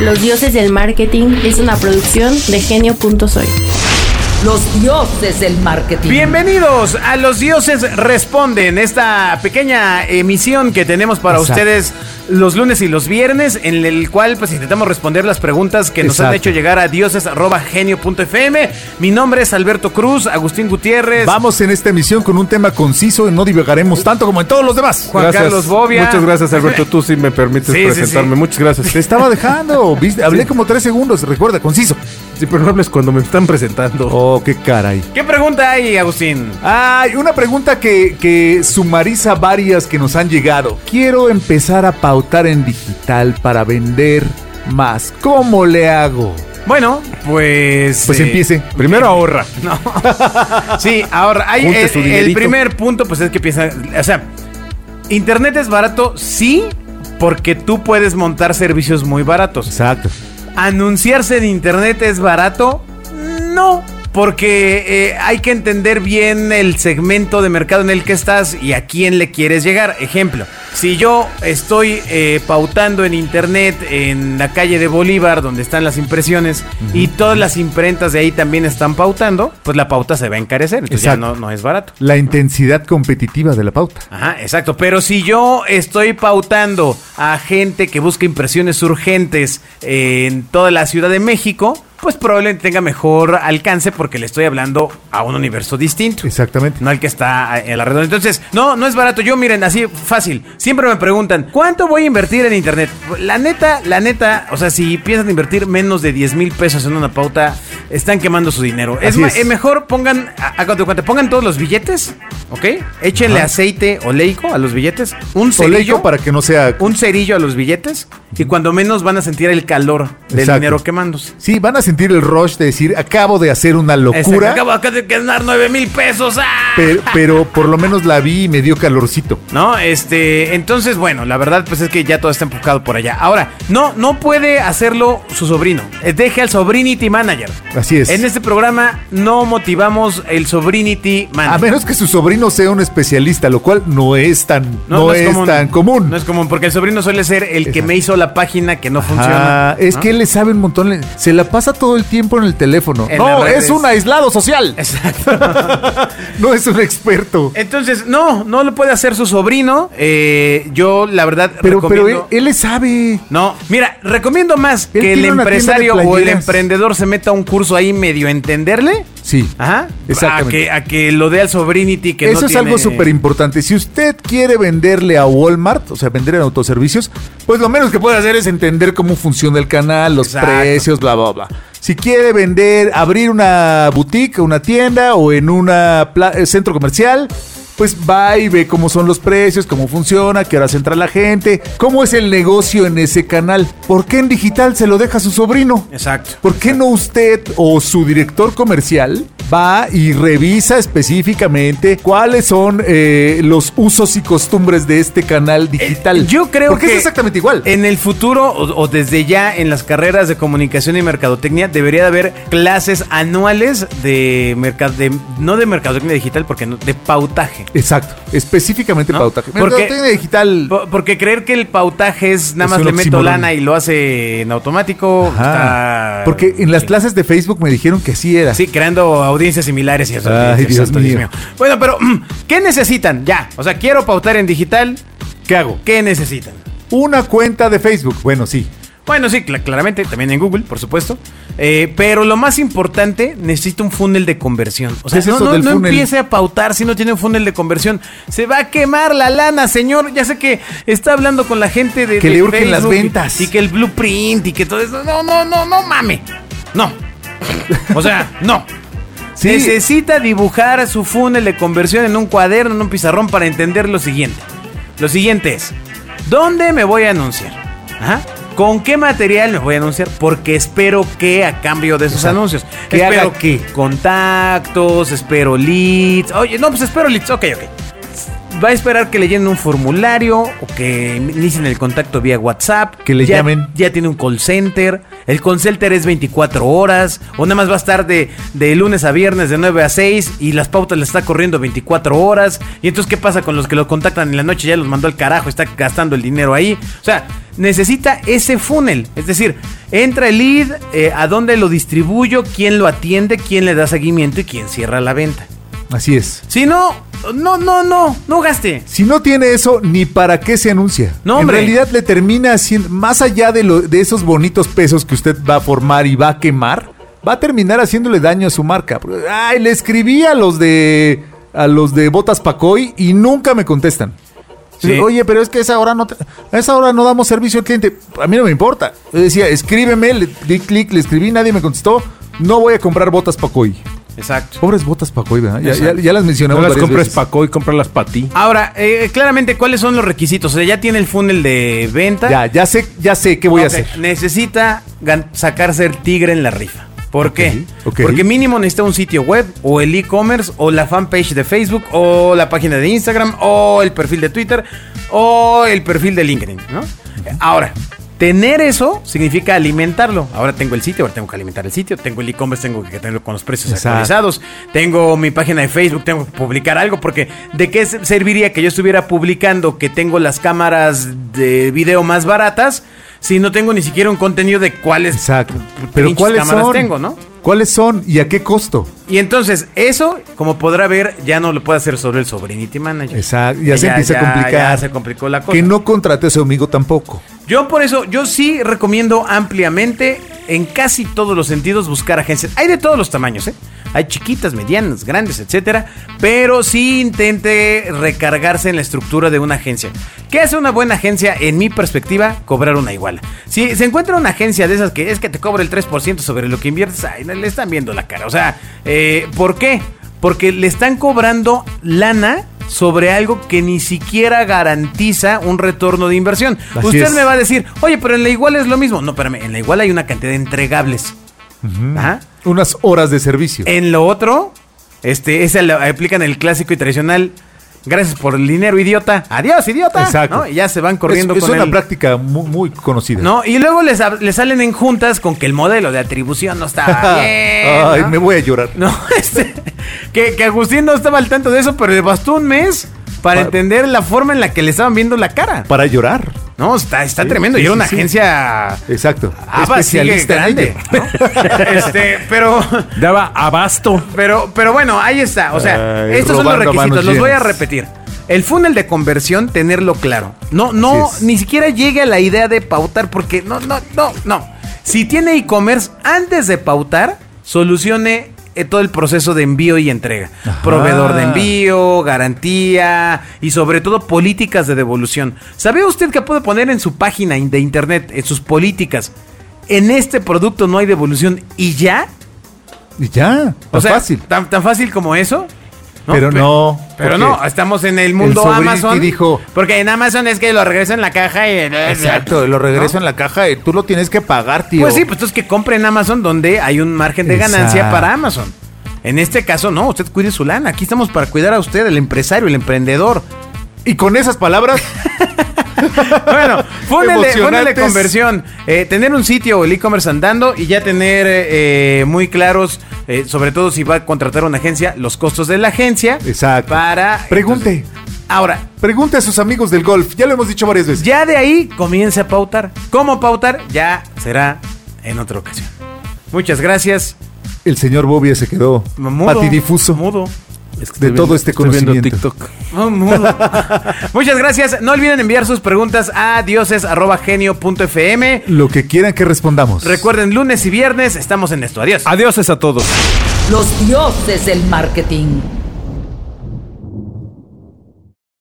Los dioses del marketing es una producción de genio.soy. Los dioses del marketing. Bienvenidos a Los Dioses Responden, esta pequeña emisión que tenemos para Exacto. ustedes los lunes y los viernes, en el cual pues intentamos responder las preguntas que nos han Exacto. hecho llegar a dioses.genio.fm. Mi nombre es Alberto Cruz, Agustín Gutiérrez. Vamos en esta emisión con un tema conciso y no divagaremos tanto como en todos los demás. Juan Carlos Bobia. Muchas gracias, Alberto. Tú sí me permites Sí, sí, presentarme. sí. Muchas gracias. Te estaba dejando, ¿viste? hablé como tres segundos, recuerda, conciso. Sí, pero no hables cuando me están presentando. Oh, qué caray. ¿Qué pregunta hay, Agustín? Hay una pregunta que, que sumariza varias que nos han llegado. Quiero empezar a pautar en digital para vender más. ¿Cómo le hago? Bueno, pues... Pues eh, empiece. Primero ahorra. No. sí, ahora, hay Junte el, su el dinerito. primer punto, pues es que piensa, o sea, Internet es barato, sí, porque tú puedes montar servicios muy baratos. Exacto. Anunciarse en Internet es barato, no. Porque eh, hay que entender bien el segmento de mercado en el que estás y a quién le quieres llegar. Ejemplo, si yo estoy eh, pautando en internet en la calle de Bolívar, donde están las impresiones, y todas las imprentas de ahí también están pautando, pues la pauta se va a encarecer. Entonces ya Exacto. no, no es barato. La intensidad competitiva de la pauta. Ajá, exacto. Pero si yo estoy pautando a gente que busca impresiones urgentes eh, en toda la Ciudad de México, pues probablemente tenga mejor alcance porque le estoy hablando a un universo distinto. Exactamente. No al que está eh, en la redonda. Entonces, no, no es barato. Yo, miren, así fácil. Siempre me preguntan, ¿cuánto voy a invertir en internet? La neta, la neta, o sea, si piensan invertir menos de 10 mil pesos en una pauta, están quemando su dinero. Es, Así ma- es. eh, mejor pongan, hagan de cuenta, pongan todos los billetes, ¿ok? Échenle aceite oleico a los billetes. Un cerillo. Oleico para que no sea... Un cerillo a los billetes. Y cuando menos van a sentir el calor del Exacto. dinero quemándose. Sí, van a sentir el rush de decir, acabo de hacer una Exacto, locura. Acabo acá de ganar 9 mil pesos. ¡ah! Pero, pero por lo menos la vi y me dio calorcito. ¿No? Este, entonces, bueno, la verdad, pues es que ya todo está enfocado por allá. Ahora, no, no puede hacerlo su sobrino. Eh, Deje al Sobrinity Manager. Así es. En este programa no motivamos el Sobrinity Manager. A menos que su sobrino sea un especialista, lo cual no es tan, no, es, tan común. No es común, porque el sobrino suele ser el que Exacto. me hizo la página que no funciona. Ah, es ¿no? que él le sabe un montón, le- se la pasa todo el tiempo en el teléfono. En las no, redes. es un aislado social. Exacto. No es un experto. Entonces, no, no lo puede hacer su sobrino. Eh, yo, la verdad, Pero, e- pero él, recomiendo- él le sabe. No, mira, recomiendo más Él que el tiene una empresario tienda de o el playeras. emprendedor se meta a un curso ahí medio entenderle. Sí. Ajá. Ah, Exactamente. A que, a que lo dé al Sobrinity que Eso no es algo tiene- súper importante. Si usted quiere venderle a Walmart, o sea, vender en autoservicios, pues lo menos que puede hacer es entender cómo funciona el canal, los Exacto. precios, bla, bla, bla. Si quiere vender, abrir una boutique, una tienda o en un centro comercial, pues va y ve cómo son los precios, cómo funciona, qué horas entra la gente, cómo es el negocio en ese canal. ¿Por qué en digital se lo deja a su sobrino? Exacto. ¿Por qué no usted o su director comercial va y revisa específicamente cuáles son eh, los usos y costumbres de este canal digital? Eh, Yo creo Porque que es exactamente igual. En el futuro o, o desde ya en las carreras de comunicación y mercadotecnia debería de haber clases anuales de mercado no de mercadotecnia digital porque no, de pautaje. Exacto, específicamente ¿no? pautaje. Porque- Porque digital. Po- Porque creer que el pautaje es nada Es más un le meto oxímoron. lana y lo hace en automático. Ajá. está- Porque en las Sí. clases de Facebook me dijeron que así era. Sí, creando audiencias similares y eso. Ay, Dios Santo mío. Bueno, pero mm, ¿qué necesitan? Ya, o sea, quiero pautar en digital. ¿Qué hago? ¿Qué necesitan? Una cuenta de Facebook. Bueno, sí. Bueno, sí, cla- claramente, también en Google, por supuesto. Eh, pero lo más importante, necesita un funnel de conversión. O sea, ¿Qué es no, eso no- del no funnel? empiece a pautar si no tiene un funnel de conversión. Se va a quemar la lana, señor. Ya sé que está hablando con la gente de. Que de le urgen las Facebook ventas. Y que el blueprint y que todo eso. No, no, no, no mame. No. O sea, no. Sí. Necesita dibujar su funnel de conversión en un cuaderno, en un pizarrón para entender lo siguiente. Lo siguiente es, ¿dónde me voy a anunciar? Ajá. ¿Con qué material me voy a anunciar? Porque espero que a cambio de esos Exacto. anuncios. Que haga espero qué? Contactos, espero leads. Oye, no, pues espero leads. Ok, ok. va a esperar que le llenen un formulario o que inicien el contacto vía WhatsApp. Que le Ya- llamen. Ya tiene un call center. El call center es 24 horas. O nada más va a estar de, de lunes a viernes de 9 a 6 y las pautas le está corriendo 24 horas. Y entonces, ¿qué pasa con los que lo contactan en la noche? Ya los mandó al carajo, está gastando el dinero ahí. O sea, necesita ese funnel. Es decir, entra el lead, eh, a dónde lo distribuyo, quién lo atiende, quién le da seguimiento y quién cierra la venta. Así es. Si no, no, no, no, no gaste. Si no tiene eso, ni para qué se anuncia. No, hombre. En realidad le termina haciendo, más allá de, lo- de esos bonitos pesos que usted va a formar y va a quemar, va a terminar haciéndole daño a su marca. Ay, le escribí a los de a los de Botas Pacoy y nunca me contestan. Sí. Oye, pero es que a esa hora no te- a esa hora no damos servicio al cliente. A mí no me importa. Yo decía, escríbeme, le di clic, le escribí, nadie me contestó. No voy a comprar botas Pacoy. Exacto. Pobres botas Pacoy, ¿verdad? Ya, ya- Exacto. ya las No mencionamos. las varias compres veces. Paco y cómpralas para ti. Ahora, eh, claramente, ¿cuáles son los requisitos? O sea, ya tiene el funnel de venta. Ya, ya sé, ya sé qué voy a Ok, hacer. Necesita gan- sacarse el tigre en la rifa. ¿Por qué? ok. Porque mínimo necesita un sitio web, o el e-commerce, o la fanpage de Facebook, o la página de Instagram, o el perfil de Twitter, o el perfil de LinkedIn, ¿no? Ahora, tener eso significa alimentarlo. Ahora tengo el sitio, ahora tengo que alimentar el sitio, tengo el e-commerce, tengo que tenerlo con los precios Exacto. actualizados, tengo mi página de Facebook, tengo que publicar algo, porque ¿de qué se- serviría que yo estuviera publicando que tengo las cámaras de video más baratas? Si no tengo ni siquiera un contenido de cuáles Exacto. pinches Pero ¿cuáles cámaras son? tengo, ¿no? ¿Cuáles son y a qué costo? Y entonces, eso, como podrá ver, ya no lo puede hacer sobre el Sobrinity Manager. Exacto. Ya se empieza a complicar. Ya se complicó la cosa. Que no contrate a su amigo tampoco. Yo por eso, yo sí recomiendo ampliamente, en casi todos los sentidos, buscar agencias. Hay de todos los tamaños, ¿eh? Hay chiquitas, medianas, grandes, etcétera. Pero sí intente recargarse en la estructura de una agencia. ¿Qué hace una buena agencia, en mi perspectiva? Cobrar una iguala. Si se encuentra una agencia de esas que es que te cobra el 3% sobre lo que inviertes, ay, le están viendo la cara. O sea, eh, ¿por qué? Porque le están cobrando lana sobre algo que ni siquiera garantiza un retorno de inversión. Así Usted es. me va a decir, oye, pero en la igual es lo mismo. No, espérame, en la igual hay una cantidad de entregables. Ajá. Unas horas de servicio. En lo otro, este, ese le aplican el clásico y tradicional. Gracias por el dinero, idiota. Adiós, idiota. Exacto. ¿No? Y ya se van corriendo es, es con una el- práctica muy, muy conocida. ¿No? Y luego les, ab- les salen en juntas con que el modelo de atribución no estaba bien. Ah, Ay, ¿no? me voy a llorar. No, este, que, que Agustín no estaba al tanto de eso, pero le bastó un mes para Pa- entender la forma en la que le estaban viendo la cara. Para llorar. No, está, está Sí, tremendo. y sí, era sí, una sí. agencia Exacto. ABA, Ah, sigue en grande. ello. ¿no? este, pero, Daba abasto. pero, pero bueno, ahí está. O sea, Ay, estos son los robando requisitos. manos Los voy a llenas. repetir. El funnel de conversión, tenerlo claro. No, no, Así es. ni siquiera llegue a la idea de pautar, porque no, no, no, no. Si tiene e-commerce, antes de pautar, solucione eh, todo el proceso de envío y entrega. Proveedor de Ah. envío, garantía y sobre todo políticas de devolución. ¿Sabía usted que puede poner en su página in- de internet, en sus políticas, en este producto no hay devolución y ya? Y ya. O tan sea, fácil. Tan, tan fácil como eso. Pero Pe- no, Pero porque no, estamos en el mundo sobrino Amazon. dijo- porque en Amazon es que lo regreso en la caja y. Exacto. Lo regreso ¿No? en la caja y tú lo tienes que pagar, tío. Pues sí, pues entonces que compre en Amazon donde hay un margen de ganancia Exacto. para Amazon. En este caso, no, usted cuide su lana. Aquí estamos para cuidar a usted, el empresario, el emprendedor. Y con esas palabras. Bueno, funnel de, funnel de Emocionantes. conversión. Eh, tener un sitio o el e-commerce andando y ya tener eh, eh, muy claros, eh, sobre todo si va a contratar una agencia, los costos de la agencia. Exacto. Para. Pregunte. entonces, ahora, Pregunte a sus amigos del golf. Ya lo hemos dicho varias veces. ya de ahí comience a pautar. ¿Cómo pautar? Ya será en otra ocasión. Muchas gracias. El señor Bobby se quedó Mudo, patidifuso. Mudo. Es que De estoy todo viendo- este estoy viendo conocimiento. TikTok. Oh, mudo. Muchas gracias. No olviden enviar sus preguntas a dioses.genio.fm. Lo que quieran que respondamos. Recuerden, lunes y viernes estamos en esto. Adiós. Adiós a todos. Los dioses del marketing.